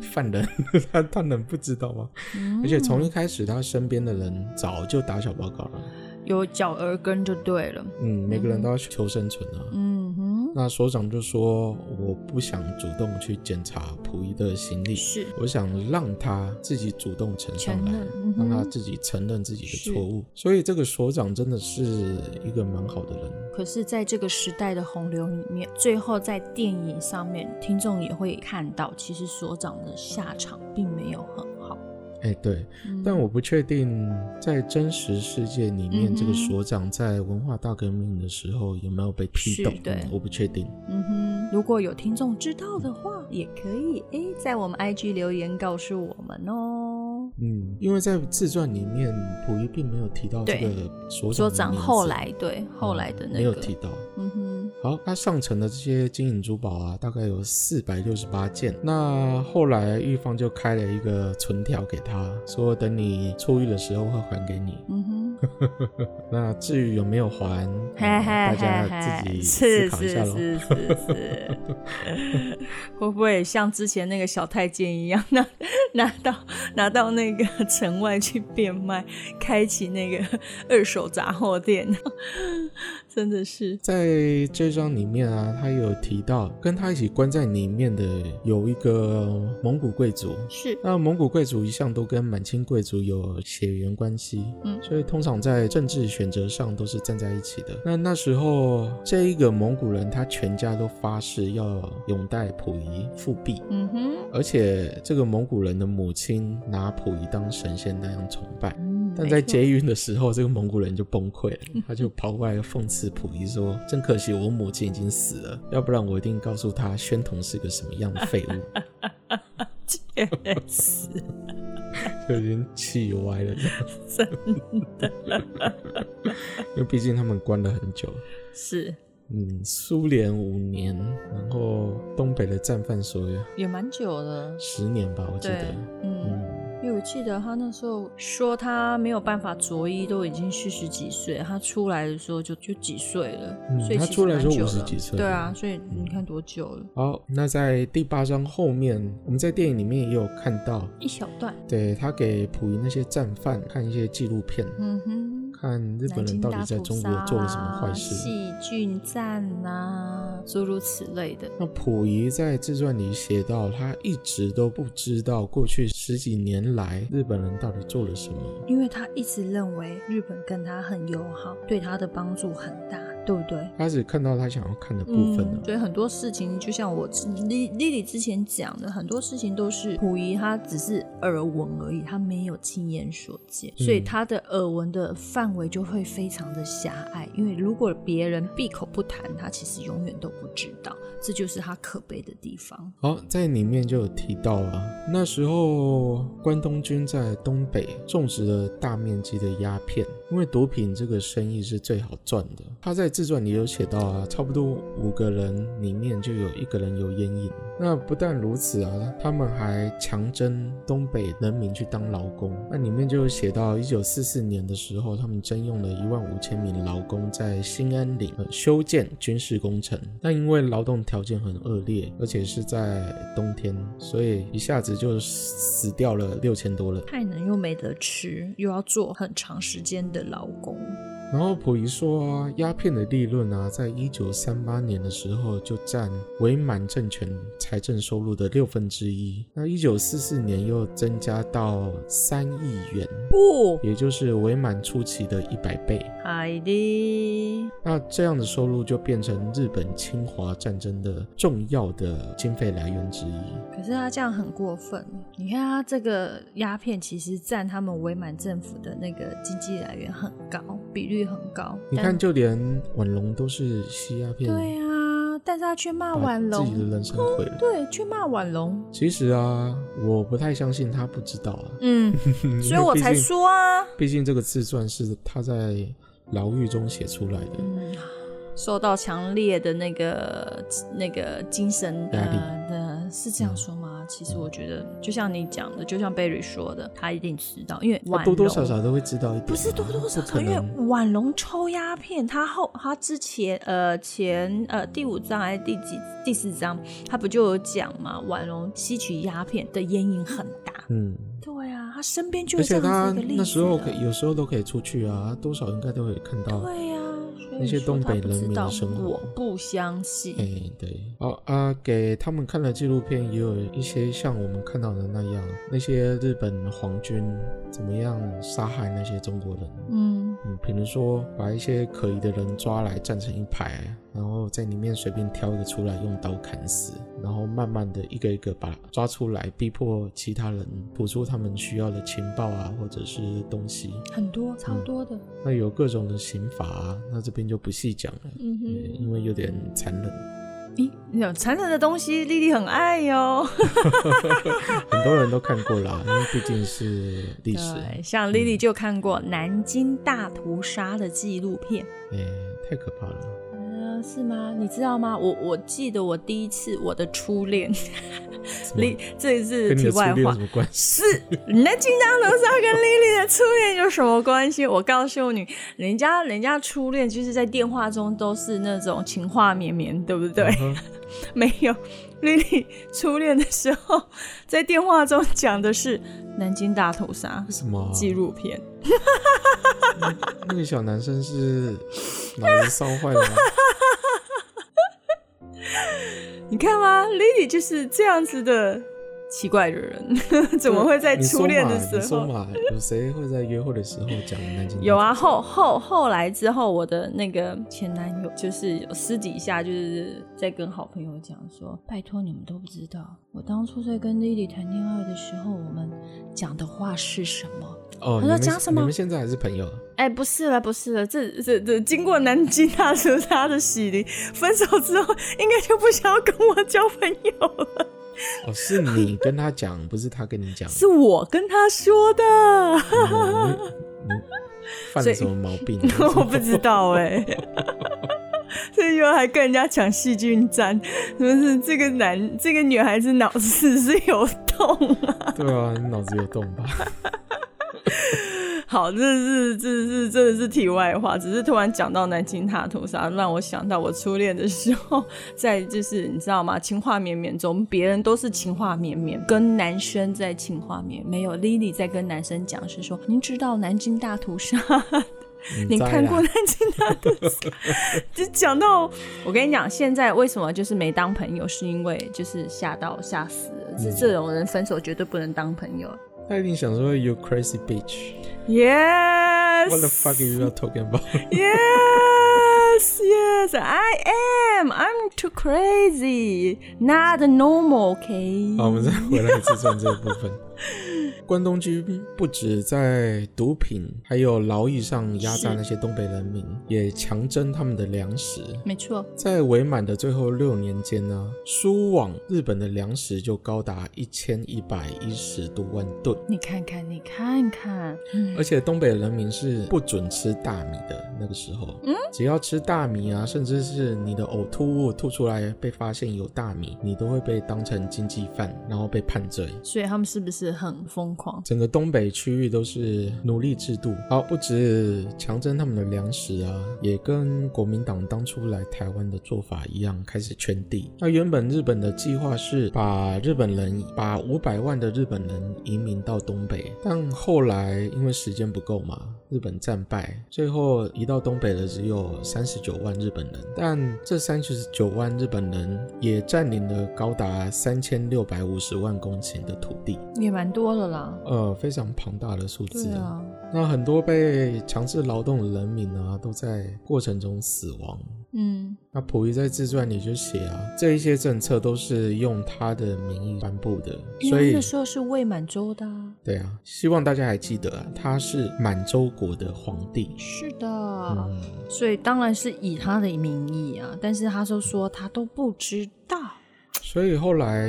Speaker 2: 犯人， 他他能不知道吗？
Speaker 1: 嗯
Speaker 2: 而且从一开始他身边的人早就打小报告了，
Speaker 1: 有脚耳根就对了。
Speaker 2: 嗯，每个人都要求生存啊。
Speaker 1: 嗯哼，
Speaker 2: 那所长就说：“我不想主动去检查溥仪的行李，
Speaker 1: 是
Speaker 2: 我想让他自己主动呈上来
Speaker 1: 承认嗯，
Speaker 2: 让
Speaker 1: 哼
Speaker 2: 他自己承认自己的
Speaker 1: 是
Speaker 2: 错误。”所以这个所长真的是一个蛮好的人。
Speaker 1: 可是，在这个时代的洪流里面，最后在电影上面，听众也会看到，其实所长的下场并没有很好。
Speaker 2: 哎，对，
Speaker 1: 嗯
Speaker 2: 但我不确定在真实世界里面，
Speaker 1: 嗯哼
Speaker 2: 这个所长在文化大革命的时候有没有被批
Speaker 1: 是
Speaker 2: 斗？
Speaker 1: 对
Speaker 2: 嗯我不确定。
Speaker 1: 嗯哼，如果有听众知道的话，也可以诶，在我们 IG 留言告诉我们哦。
Speaker 2: 嗯，因为在自传里面，溥仪并没有提到这
Speaker 1: 对
Speaker 2: 个所长的
Speaker 1: 所长
Speaker 2: 名字
Speaker 1: 后来对后来的
Speaker 2: 嗯
Speaker 1: 那
Speaker 2: 没有
Speaker 1: 个，
Speaker 2: 提到。
Speaker 1: 嗯哼，
Speaker 2: 好，他上层的这些金银珠宝啊，大概有四百六十八件。那后来玉芳就开了一个存条给他，说等你出狱的时候会还给你。
Speaker 1: 嗯哼，
Speaker 2: 那至于有没有还，嗯
Speaker 3: 嘿嘿
Speaker 2: 大
Speaker 3: 嘿
Speaker 2: 家自
Speaker 3: 嘿，
Speaker 2: 己
Speaker 3: 是是
Speaker 2: 思考一下喽。
Speaker 3: 是是是， 会不会像之前那个小太监一样，拿 拿到拿到那个城外去变卖，开启那个二手杂货店？ 真的是，
Speaker 2: 在这章里面啊，他有提到跟他一起关在里面的有一个蒙古贵族，
Speaker 1: 是
Speaker 2: 那蒙古贵族一向都跟满清贵族有血缘关系，
Speaker 1: 嗯
Speaker 2: 所以通常在政治选择上都是站在一起的。那那时候，这一个蒙古人他全家都发誓要拥戴溥仪复辟，
Speaker 3: 嗯哼，
Speaker 2: 而且这个蒙古人的母亲拿溥仪当神仙那样崇拜。
Speaker 1: 嗯
Speaker 2: 但在捷运的时候，这个蒙古人就崩溃了，他就跑过来讽刺溥仪说：“真可惜，我母亲已经死了，要不然我一定告诉他宣统是个什么样的废物。”
Speaker 3: 确实。
Speaker 2: 就已经气歪了，
Speaker 3: 真
Speaker 2: 的。因为毕竟他们关了很久，
Speaker 3: 是
Speaker 2: 嗯，苏联五年，然后东北的战犯所有
Speaker 1: 也蛮久了，
Speaker 2: 十年吧，我记
Speaker 3: 对
Speaker 2: 得。，
Speaker 3: 嗯，
Speaker 2: 嗯，
Speaker 1: 因为我记得他那时候说他没有办法着衣，都已经四十几岁，他出来的时候就就几岁了，
Speaker 2: 嗯
Speaker 1: 所以
Speaker 2: 他
Speaker 1: 其
Speaker 2: 出
Speaker 1: 实
Speaker 2: 来的
Speaker 1: 蛮
Speaker 2: 时候
Speaker 1: 久
Speaker 2: 50
Speaker 1: 了
Speaker 2: 几岁
Speaker 1: 对
Speaker 2: 了嗯
Speaker 1: 啊，所以你看多久了？
Speaker 2: 好，那在第八章后面，我们在电影里面也有看到，
Speaker 1: 一小段，
Speaker 2: 对他给溥仪那些战犯看一些纪录片，
Speaker 1: 嗯哼。
Speaker 2: 看日本人到底在中国做了什么坏事。
Speaker 1: 啊细菌战呐、诸如此类的。
Speaker 2: 那溥仪在自传里写到，他一直都不知道过去十几年来日本人到底做了什么。
Speaker 1: 因为他一直认为日本跟他很友好，对他的帮助很大，对不对？
Speaker 2: 他只看到他想要看的部分了。
Speaker 1: 所以嗯很多事情，就像我之 Li- Lily 之前讲的，很多事情都是溥仪他只是耳闻而已，他没有亲眼所见，所
Speaker 2: 嗯
Speaker 1: 以他的耳闻的范围就会非常的狭隘。因为如果别人闭口不谈，他其实永远都不知道，这就是他可悲的地方。
Speaker 2: 好，在里面就有提到啊，那时候关东军在东北种植了大面积的鸦片，因为毒品这个生意是最好赚的。他在自传里有写到啊，差不多五个人里面就有一个人有烟瘾。那不但如此啊，他们还强征东北人民去当劳工。那里面就有写到，一九四四年的时候，他们征用了一万五千名劳工在新安岭、呃修建军事工程。那因为劳动条件很恶劣，而且是在冬天，所以一下子就死掉了六千多人。
Speaker 1: 太能又没得吃，又要做很长时间的劳工，
Speaker 2: 然后溥仪说啊，鸦片的利润啊，在一九三八年的时候就占伪满政权财政收入的六分之一，那一九四四年又增加到三亿元，
Speaker 1: 不，
Speaker 2: 也就是伪满初期的一百倍。
Speaker 1: 海的。
Speaker 2: 那这样的收入就变成日本侵华战争的重要的经费来源之一。
Speaker 1: 可是他这样很过分，你看他这个鸦片其实占他们伪满政府的那个经济来源很高，比率很高。
Speaker 2: 你
Speaker 1: 但
Speaker 2: 看，就连婉容都是吸鸦片，
Speaker 1: 对啊，但是他却骂
Speaker 2: 把
Speaker 1: 婉
Speaker 2: 自己的
Speaker 1: 容，
Speaker 2: 人生毁了。
Speaker 1: 对，却骂婉容，
Speaker 2: 其实啊，我不太相信他不知道啊，
Speaker 1: 嗯，所以我才说啊，
Speaker 2: 毕竟这个自传是他在牢狱中写出来的。
Speaker 1: 嗯，受到强烈的那个那个精神
Speaker 2: 压力
Speaker 1: 呃的，是这样说吗？其实我觉得，就像你讲的，就像贝瑞说的，他一定知道，因为
Speaker 2: 他
Speaker 1: 婉
Speaker 2: 多
Speaker 1: 容
Speaker 2: 多少少都会知道一点啊、
Speaker 1: 不是多多少
Speaker 2: 不
Speaker 1: 少，
Speaker 2: 可
Speaker 1: 因为
Speaker 2: 能
Speaker 1: 婉容抽鸦片，他后他之前呃前呃第五章还是第几第四章，他不就有讲嘛？婉容吸取鸦片的烟瘾很大。
Speaker 2: 嗯，
Speaker 1: 对啊，他身边就
Speaker 2: 而
Speaker 1: 有这
Speaker 2: 且他
Speaker 1: 样子一个例子啊
Speaker 2: 那时候可
Speaker 1: 了
Speaker 2: 以有时候都可以出去啊，多少应该都可以看到。
Speaker 1: 对呀、啊，所以
Speaker 2: 那些
Speaker 1: 说
Speaker 2: 东
Speaker 1: 他
Speaker 2: 北
Speaker 1: 不
Speaker 2: 人
Speaker 1: 知
Speaker 2: 民的
Speaker 1: 道
Speaker 2: 生活
Speaker 1: 我不相信。
Speaker 2: 哎、对，好啊，给他们看了纪录片，也有一些像我们看到的那样，那些日本皇军怎么样杀害那些中国人。
Speaker 1: 嗯，
Speaker 2: 嗯，比如说把一些可疑的人抓来站成一排，然后在里面随便挑一个出来用刀砍死，然后慢慢的一个一个把抓出来，逼迫其他人吐出他们需要的情报啊，或者是东西。
Speaker 1: 很多超多的，
Speaker 2: 那有各种的刑罚、啊，那这边就不细讲了，
Speaker 1: 嗯
Speaker 2: 嗯
Speaker 1: 哼，
Speaker 2: 因为有点残忍。
Speaker 1: 咦，有残忍的东西，莉莉很爱哟。
Speaker 2: 很多人都看过啦，因为毕竟是历史，
Speaker 1: 对，像 Lily 就看过南京大屠杀的纪录片，
Speaker 2: 哎、太可怕了。
Speaker 1: 呃，啊，是吗？你知道吗？我我记得我第一次我的初恋，离这也是
Speaker 2: 跟你
Speaker 1: 题
Speaker 2: 的初
Speaker 1: 外
Speaker 2: 恋有
Speaker 1: 话
Speaker 2: 什，么关系？
Speaker 3: 是，人家金刚龙是要跟莉莉的初恋有什么关系？我告诉你，人家人家初恋就是在电话中都是那种情话绵绵，对不 对？
Speaker 2: 嗯哼
Speaker 3: 没有，莉莉初恋的时候在电话中讲的是南京大屠杀
Speaker 2: 为什么啊
Speaker 3: 纪录片，
Speaker 2: 那个小男生是 脑子烧坏了吗？
Speaker 3: 你看吗？莉莉就是这样子的奇怪的人， 怎么会在
Speaker 2: 你
Speaker 3: 初
Speaker 2: 说
Speaker 3: 恋
Speaker 2: 嘛，
Speaker 3: 的
Speaker 2: 你
Speaker 3: 时
Speaker 2: 说
Speaker 3: 候？
Speaker 2: 嘛，有谁会在约会的时候讲南京？
Speaker 3: 有，啊，后后后来之后，我的那个前男友就是有私底下就是在跟好朋友讲说，
Speaker 1: 拜托你们都不知道，我当初在跟 Lily 谈恋爱的时候，我们讲的话是什么？
Speaker 2: 哦，
Speaker 1: 他
Speaker 2: 你
Speaker 1: 说
Speaker 2: 们
Speaker 1: 讲什么
Speaker 2: 你们现在还是朋友啊？
Speaker 1: 哎、不是了，不是了，这
Speaker 3: 这这这经过南京大屠杀的洗礼，分手之后应该就不想要跟我交朋友了，
Speaker 2: 哦，是你跟他讲，不是他跟你讲。
Speaker 3: 是我跟他说的，
Speaker 2: 哦你你犯了什么毛 病？啊
Speaker 3: 我不知道哎、所以又还跟人家抢细菌战，真是这个男这个女孩子脑子是有洞啊！
Speaker 2: 对啊，你脑子有洞 吧？
Speaker 3: 好，这是这是真的是题外话，只是突然讲到南京大屠杀，让我想到我初恋的时候，在就是你知道吗？情话绵绵中，别人都是情话绵绵，跟男生在情话绵，没有 Lily 在跟男生讲是说，您知道南京大屠杀，
Speaker 2: 你
Speaker 3: 您
Speaker 2: 在啊
Speaker 3: 看
Speaker 2: 啦
Speaker 3: 过南京大屠 杀？就讲到我跟你讲，现在为什么就是没当朋友，是因为就是吓到吓死
Speaker 1: 嗯
Speaker 3: 了，这、这种人分手绝对不能当朋友。
Speaker 2: 他一定想说 you crazy bitch。
Speaker 3: Yes，
Speaker 2: What the fuck are you talking about？
Speaker 3: Yes, yes, I am. I'm too crazy, not normal. OK，
Speaker 2: 好，我们再回来自传这个部分。关东军不止在毒品还有劳役上压榨那些东北人民，也强征他们的粮食。
Speaker 1: 没错，
Speaker 2: 在伪满的最后六年间呢，输往日本的粮食就高达一千一百一十多万吨，
Speaker 1: 你看看，你看看，
Speaker 2: 而且东北人民是不准吃大米的。那个时候，嗯，只要吃大米啊，甚至是你的呕吐物吐出来被发现有大米，你都会被当成经济犯，然后被判罪。
Speaker 1: 所以他们是不是很疯狂？
Speaker 2: 整个东北区域都是奴隶制度，好，不止强征他们的粮食啊，也跟国民党当初来台湾的做法一样，开始圈地。那原本日本的计划是把日本人，把五百万的日本人移民到东北，但后来因为时间不够嘛，日本战败，最后移到东北的只有三十九万日本人，但这三十九万日本人也占领了高达三千六百五十万公顷的土地。
Speaker 1: 也蛮多的啦。
Speaker 2: 呃，非常庞大的数字
Speaker 1: 对啊，
Speaker 2: 那很多被强制劳动的人民啊，都在过程中死亡。
Speaker 1: 嗯，
Speaker 2: 那溥仪在自传里就写啊，这一些政策都是用他的名义颁布的，
Speaker 1: 因
Speaker 2: 所
Speaker 1: 为
Speaker 2: 以
Speaker 1: 那时候是未满洲的、啊。
Speaker 2: 对啊，希望大家还记得啊，他是满洲国的皇帝。
Speaker 1: 是的，
Speaker 2: 嗯，
Speaker 1: 所以当然是以他的名义啊，但是他就说他都不知道。
Speaker 2: 所以后来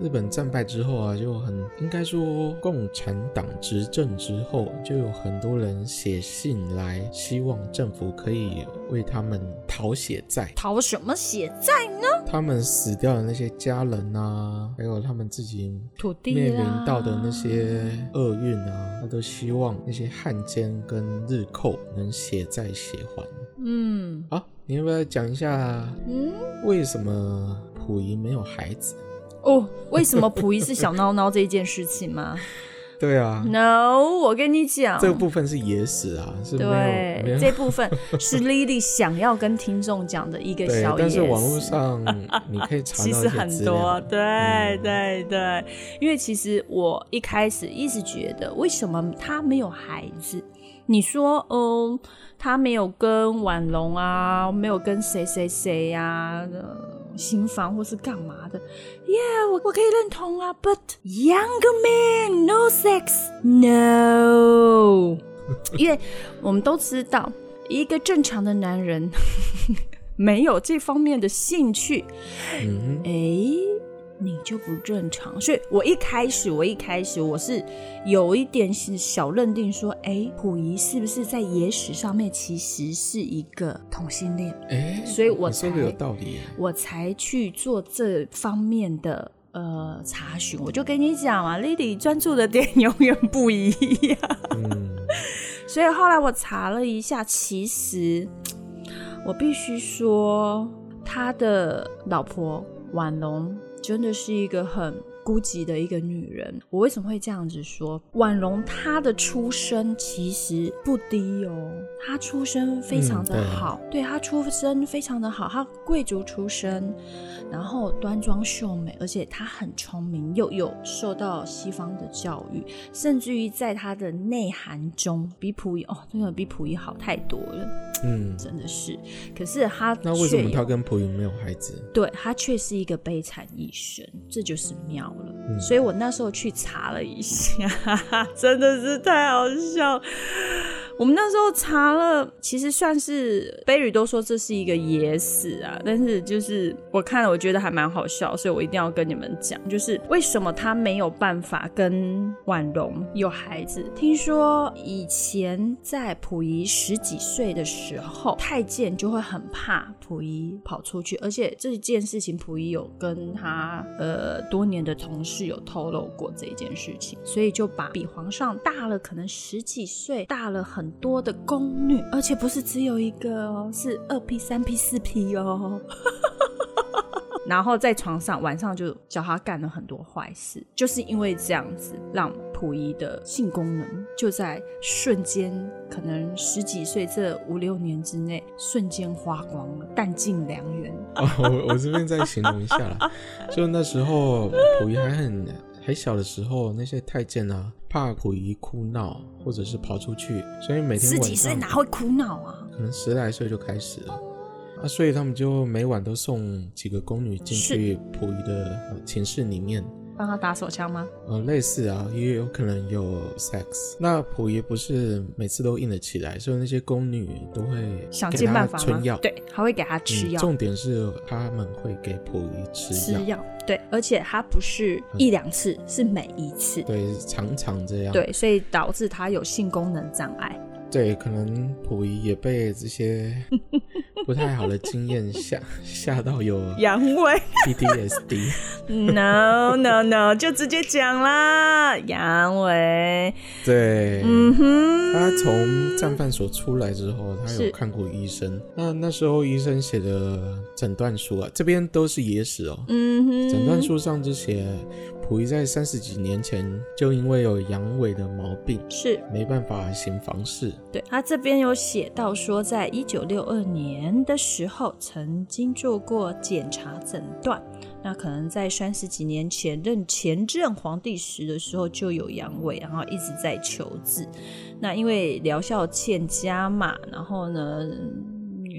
Speaker 2: 日本战败之后啊，就很应该说共产党执政之后，就有很多人写信来，希望政府可以为他们讨血债。
Speaker 1: 逃什么血债？
Speaker 2: 他们死掉的那些家人啊，还有他们自己
Speaker 1: 土地
Speaker 2: 面
Speaker 1: 啦
Speaker 2: 临到的那些厄运啊，他都希望那些汉奸跟日寇能血债血还。
Speaker 1: 嗯
Speaker 2: 好，你要不要讲一下
Speaker 1: 嗯，
Speaker 2: 为什么溥仪没有孩子？
Speaker 1: 哦，为什么溥仪是小孬孬这一件事情 吗
Speaker 2: 对啊，
Speaker 1: ？No，我跟你讲，
Speaker 2: 这个部分是野史啊，是没有没
Speaker 1: 对
Speaker 2: 有
Speaker 1: 这部分是 Lily 想要跟听众讲的一个
Speaker 2: 对
Speaker 1: 小，
Speaker 2: 但
Speaker 1: 野史。
Speaker 2: 是网络上 你可以查
Speaker 3: 其
Speaker 2: 到
Speaker 3: 实
Speaker 2: 一些
Speaker 3: 很
Speaker 2: 资
Speaker 3: 多
Speaker 2: 料，。嗯
Speaker 3: 对对对，
Speaker 1: 因为其实我一开始一直觉得，为什么他没有孩子？你说，嗯，他没有跟婉容啊，没有跟谁谁谁呀、呃，行房或是干嘛的？Yeah，我我可以认同啊，But younger man no sex no，因 为我们都知道，一个正常的男 人没有这方面的兴趣，
Speaker 2: 嗯哼，
Speaker 1: 诶，你就不正常。所以我一开始，我一开始我是有一点小认定说，哎，溥仪是不是在野史上面其实是一个同性恋？
Speaker 2: 哎，
Speaker 1: 所以我
Speaker 2: 你说的
Speaker 1: 才
Speaker 2: 有道理耶。
Speaker 1: 我才去做这方面的呃查询。我就跟你讲嘛，Lady 专注的点 永远不一样。
Speaker 2: 嗯，
Speaker 1: 所以后来我查了一下，其实我必须说，他的老婆婉容真的是一个很。孤寂的一个女人，我为什么会这样子说？婉容她的出身其实不低哦，她出身非常
Speaker 2: 嗯
Speaker 1: 的
Speaker 2: 对
Speaker 1: 好，对她出身非常的好，她贵族出身，然后端庄秀美，而且她很聪明，又有受到西方的教育，甚至于在她的内涵中，比溥仪哦，真的比溥仪好太多了，
Speaker 2: 嗯，
Speaker 1: 真的是。可是她
Speaker 2: 那为什
Speaker 1: 却
Speaker 2: 么
Speaker 1: 有
Speaker 2: 他跟溥仪没有孩子？
Speaker 1: 对他却是一个悲惨一生，这就是妙了。
Speaker 2: 嗯
Speaker 1: 所以我那时候去查了一下， 真的是太好笑了。我们那时候查了，其实算是卑吕都说这是一个野史啊，但是就是我看了，我觉得还蛮好笑，所以我一定要跟你们讲，就是为什么他没有办法跟婉容有孩子？听说以前在溥仪十几岁的时候，太监就会很怕溥仪跑出去，而且这件事情溥仪有跟他呃多年的同事有透露过这件事情，所以就把比皇上大了可能十几岁，大了很多的宫女，而且不是只有一个哦，是二批、三批、四批哦。然后在床上晚上就叫他干了很多坏事，就是因为这样子，让溥仪的性功能就在瞬间，可能十几岁这五六年之内瞬间花光了，弹尽粮源。
Speaker 2: 哦，我我这边再形容一下 啦，就那时候溥仪还很还小的时候，那些太监啊，怕溥仪哭闹或者是跑出去，所以每天
Speaker 1: 十
Speaker 2: 晚
Speaker 1: 几岁
Speaker 2: 上
Speaker 1: 哪会哭闹啊？
Speaker 2: 可能十来岁就开始了。啊，所以他们就每晚都送几个宫女进去溥仪的呃寝室里面，
Speaker 1: 帮他打手枪吗？
Speaker 2: 呃，类似啊，也有可能有 sex。那溥仪不是每次都硬得起来，所以那些宫女都会
Speaker 1: 想
Speaker 2: 给
Speaker 1: 尽
Speaker 2: 他
Speaker 1: 办法吗
Speaker 2: 春药，？
Speaker 1: 对，还会给他吃
Speaker 2: 嗯，
Speaker 1: 药。
Speaker 2: 重点是他们会给溥仪吃药，
Speaker 1: 吃药，对，而且他不是一两次，是每一次，
Speaker 2: 对，常常这样。
Speaker 1: 对，所以导致他有性功能障碍。
Speaker 2: 对，可能溥仪也被这些不太好的经验吓 吓到有
Speaker 3: 阳 痿
Speaker 2: PTSD。
Speaker 3: ？No No No，就直接讲啦，阳痿。
Speaker 2: 对，
Speaker 3: 嗯哼，
Speaker 2: 他从战犯所出来之后，他
Speaker 1: 是
Speaker 2: 有看过医生。那那时候医生写的诊断书啊，这边都是野史哦。
Speaker 3: 嗯哼，
Speaker 2: 诊断书上就写，溥仪在三十几年前就因为有阳痿的毛病，
Speaker 1: 是
Speaker 2: 没办法行房事。
Speaker 1: 对他这边有写到说，在一九六二年的时候曾经做过检查诊断，那可能在三十几年前任前任皇帝时的时候就有阳痿，然后一直在求治。那因为疗效欠佳嘛，然后呢，嗯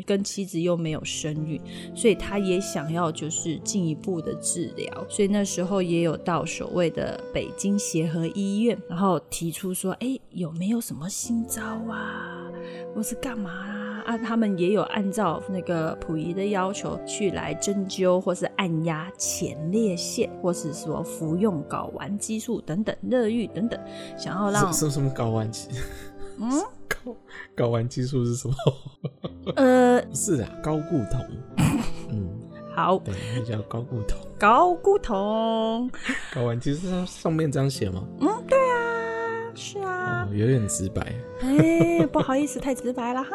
Speaker 1: 跟妻子又没有生育，所以他也想要就是进一步的治疗，所以那时候也有到所谓的北京协和医院，然后提出说，哎，有没有什么新招啊，或是干嘛啊？啊，他们也有按照那个溥仪的要求去来针灸或是按压前列腺，或是说服用睾丸激素等等、热浴等等，想要让
Speaker 2: 什什什么睾丸激？
Speaker 1: 嗯
Speaker 2: 睾睾丸激素是什么？
Speaker 1: 呃
Speaker 2: 不是啊，高固酮。 嗯，
Speaker 1: 好
Speaker 2: 对，那叫高固酮。
Speaker 1: 高古铜
Speaker 2: 睾丸激素上上面这样写吗？
Speaker 1: 嗯啊，是啊。
Speaker 2: 哦，有点直白。
Speaker 1: 哎，不好意思，太直白了哈。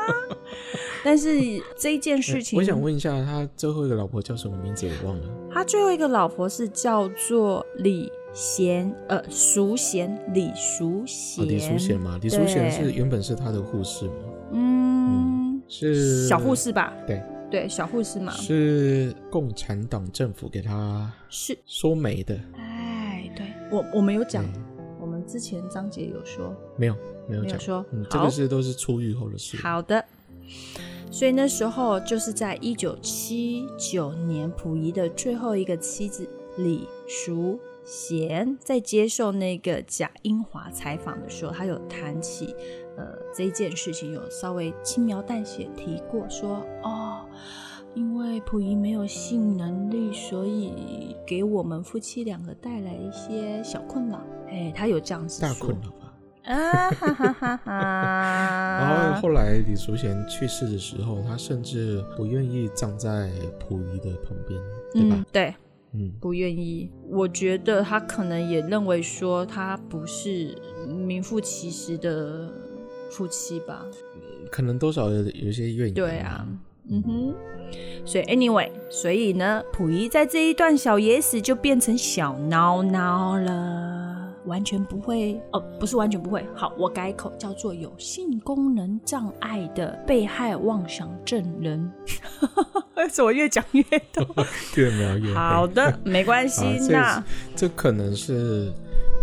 Speaker 1: 但是这一件事情，
Speaker 2: 哎我想问一下，他最后一个老婆叫什么名字？我忘了。
Speaker 1: 他最后一个老婆是叫做李贤，呃，淑贤，李淑
Speaker 2: 啊，
Speaker 1: 贤，
Speaker 2: 李淑贤嘛，李淑
Speaker 1: 对
Speaker 2: 贤是原本是他的护士嘛，
Speaker 1: 嗯，
Speaker 2: 是
Speaker 1: 小护，士吧？
Speaker 2: 对，
Speaker 1: 对，小护士嘛，
Speaker 2: 是共产党政府给他
Speaker 1: 是，
Speaker 2: 说媒的。
Speaker 1: 哎，对我我们有讲
Speaker 2: 对，
Speaker 1: 我们之前张姐有说，
Speaker 2: 没有，嗯没有
Speaker 1: 没有
Speaker 2: 讲。
Speaker 1: 说
Speaker 2: 嗯，这
Speaker 1: 好
Speaker 2: 个是都是出狱后的事。，
Speaker 1: 好的。所以那时候就是在一九七九年，溥仪的最后一个妻子李淑贤在接受那个贾英华采访的时候，她有谈起呃这件事情，有稍微轻描淡写提过说，哦，因为溥仪没有性能力，所以给我们夫妻两个带来一些小困扰。哎，他有这样子
Speaker 2: 大
Speaker 1: 说
Speaker 2: 困扰吧。
Speaker 1: 啊哈哈哈
Speaker 2: 然后
Speaker 1: 哈！
Speaker 2: 后来李淑贤去世的时候，他甚至不愿意葬在溥仪的旁边，对吧
Speaker 1: 嗯？，对，
Speaker 2: 嗯，
Speaker 1: 不愿意。我觉得他可能也认为说他不是名副其实的夫妻吧。
Speaker 2: 可能多少有有一些怨言。
Speaker 1: 对啊，，嗯哼。所以 anyway，所以呢，溥仪在这一段小野史就变成小孬孬了，完全不会哦，不是完全不会。好，我改口，叫做有性功能障碍的被害妄想症人。 为什么越讲越 多？
Speaker 2: 越描越黑。
Speaker 1: 好的，没关系
Speaker 2: 好，啊这
Speaker 1: 那
Speaker 2: 这可能是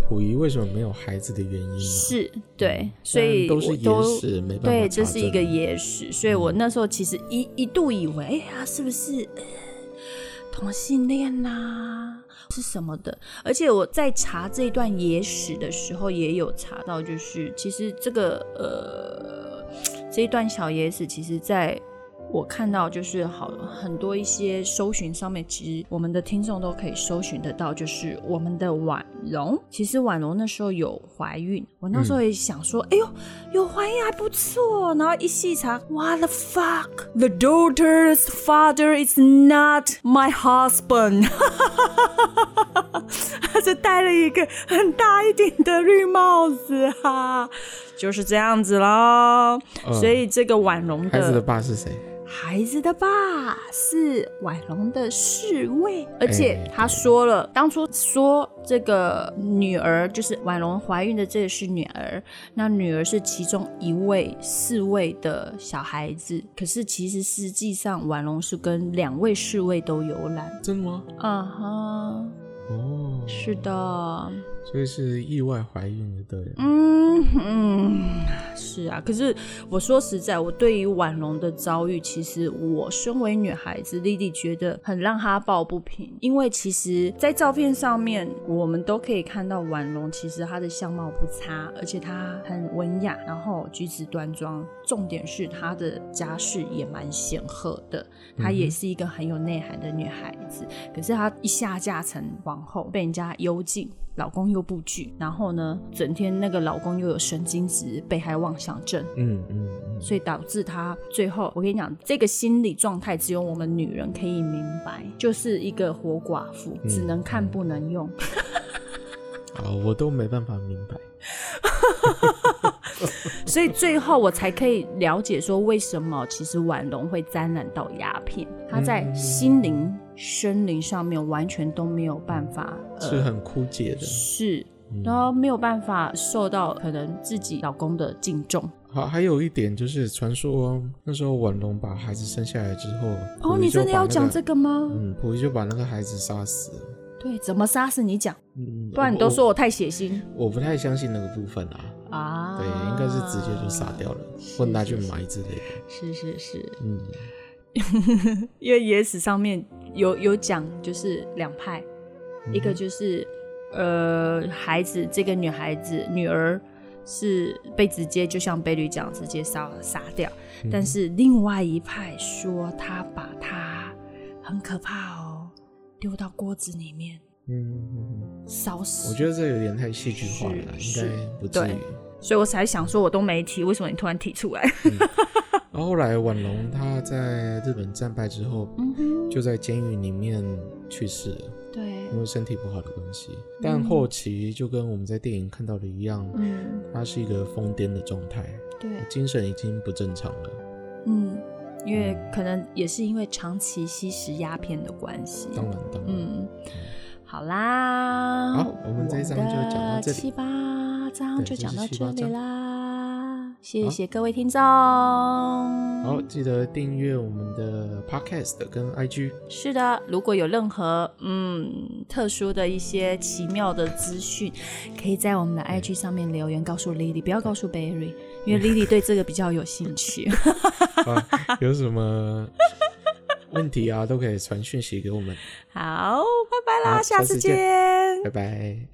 Speaker 2: 溥仪为什么没有孩子的原因、啊。
Speaker 1: 是对，所
Speaker 2: 嗯但
Speaker 1: 以
Speaker 2: 都是
Speaker 1: 我
Speaker 2: 野史，没办法。啊
Speaker 1: 对，这是一个。野史，所以
Speaker 2: 嗯
Speaker 1: 我那时候其实一一度以为，哎呀，是不是、呃同性恋呐、是什么的？而且我在查这段野史的时候，也有查到，就是其实这个呃这一段小野史，其实在。我看到就是好很多一些搜寻上面，其实我们的听众都可以搜寻得到，就是我们的婉容。其实婉容那时候有怀孕，我那
Speaker 2: 嗯
Speaker 1: 时候也想说，哎呦，有怀孕还不错。然后一细查，What the fuck？The daughter's father is not my husband 他就戴了一个很大一顶的绿帽子哈、就是这样子喽。
Speaker 2: 嗯
Speaker 1: 所以这个婉容
Speaker 2: 孩子的
Speaker 1: 的
Speaker 2: 爸是谁？
Speaker 1: 孩子的爸是婉容的侍卫，而且
Speaker 2: 哎
Speaker 1: 他说了，当初说这个女儿就是婉容怀孕的，这个是女儿，那女儿是其中一位侍卫的小孩子，可是其实实际上婉容是跟两位侍卫都有染。
Speaker 2: 真的吗？
Speaker 1: 啊哈，
Speaker 2: 哦，
Speaker 1: 是的，
Speaker 2: 所以是意外怀孕的人。
Speaker 1: 嗯嗯，是啊。可是我说实在，我对于婉容的遭遇，其实我身为女孩子，莉莉觉得很让她抱不平，因为其实，在照片上面，我们都可以看到婉容，其实她的相貌不差，而且她很文雅，然后举止端庄，重点是她的家世也蛮显赫的，她也是一个很有内涵的女孩子。可是她一下嫁成皇后，被人家幽禁，老公又不举，然后呢，整天那个老公又有神经质、被害妄想症，
Speaker 2: 嗯嗯嗯，
Speaker 1: 所以导致她最后，我跟你讲，这个心理状态只有我们女人可以明白，就是一个活寡妇，
Speaker 2: 嗯
Speaker 1: 只能看不能用。
Speaker 2: 啊、我都没办法明白。
Speaker 1: 所以最后我才可以了解说，为什么其实婉容会沾染到鸦片，她在心灵、身灵上面完全都没有办法，呃
Speaker 2: 是很枯竭
Speaker 1: 啊
Speaker 2: 的。
Speaker 1: 是，然后没有办法受到可能自己老公的敬重。
Speaker 2: 好，还有一点就是，传说那时候婉容把孩子生下来之后，
Speaker 1: 哦，
Speaker 2: 溥仪
Speaker 1: 你
Speaker 2: 就
Speaker 1: 真的
Speaker 2: 把
Speaker 1: 要
Speaker 2: 那
Speaker 1: 讲
Speaker 2: 个
Speaker 1: 这？个吗？
Speaker 2: 嗯，溥仪就把那个孩子杀死了。
Speaker 1: 对，怎么杀死你讲，
Speaker 2: 嗯，
Speaker 1: 不然你都说我太血腥
Speaker 2: 我不太相信那个部分啊。
Speaker 1: 啊。
Speaker 2: 对，应该是直接就杀掉。了，或拿去埋之类的。
Speaker 1: 是是是，
Speaker 2: 嗯，
Speaker 1: 因为野史上面有有讲，就是两派，
Speaker 2: 嗯
Speaker 1: 一个就是呃，孩子这个女孩子女儿是被直接就像贝律讲直接杀杀掉，
Speaker 2: 嗯
Speaker 1: 但是另外一派说他把她很可怕哦，丢到锅子里面
Speaker 2: 嗯嗯嗯，
Speaker 1: 烧
Speaker 2: 嗯
Speaker 1: 死。
Speaker 2: 我觉得这有点太戏剧化了啦，应
Speaker 1: 是
Speaker 2: 该不至
Speaker 1: 对
Speaker 2: 于。
Speaker 1: 所以我才想说我都没提，为什么你突然提出 来？
Speaker 2: 然后后来婉容她在日本战败之后，
Speaker 1: 嗯
Speaker 2: 就在监狱里面去世了。
Speaker 1: 对，
Speaker 2: 因为身体不好的关系。但后期就跟我们在电影看到的一样，
Speaker 1: 嗯，
Speaker 2: 他是一个疯癫的状态，
Speaker 1: 对，
Speaker 2: 精神已经不正常了。
Speaker 1: 嗯，因为可能也是因为长期吸食鸦片的关系。
Speaker 2: 当然，当然，
Speaker 1: 嗯，好啦，
Speaker 2: 好我们这一章就讲到这里
Speaker 1: 七八章
Speaker 2: 对
Speaker 1: 就
Speaker 2: 这
Speaker 1: 讲
Speaker 2: 是
Speaker 1: 到
Speaker 2: 七
Speaker 1: 这
Speaker 2: 八
Speaker 1: 里
Speaker 2: 章
Speaker 1: 啦，谢
Speaker 2: 好
Speaker 1: 谢各位听众。
Speaker 2: 好，记得订阅我们的 Podcast 跟 IG。
Speaker 1: 是的，如果有任何嗯特殊的一些奇妙的资讯，可以在我们的 IG 上面留言告诉 Lily，不要告诉 Berry，因为 Lily 对这个比较有兴 趣。
Speaker 2: 啊，有什么问题啊，都可以传讯息给我们。
Speaker 1: 好，拜拜
Speaker 2: 好
Speaker 1: 啦，
Speaker 2: 下
Speaker 1: 下
Speaker 2: 次
Speaker 1: 次
Speaker 2: 见
Speaker 1: 见。
Speaker 2: 拜拜。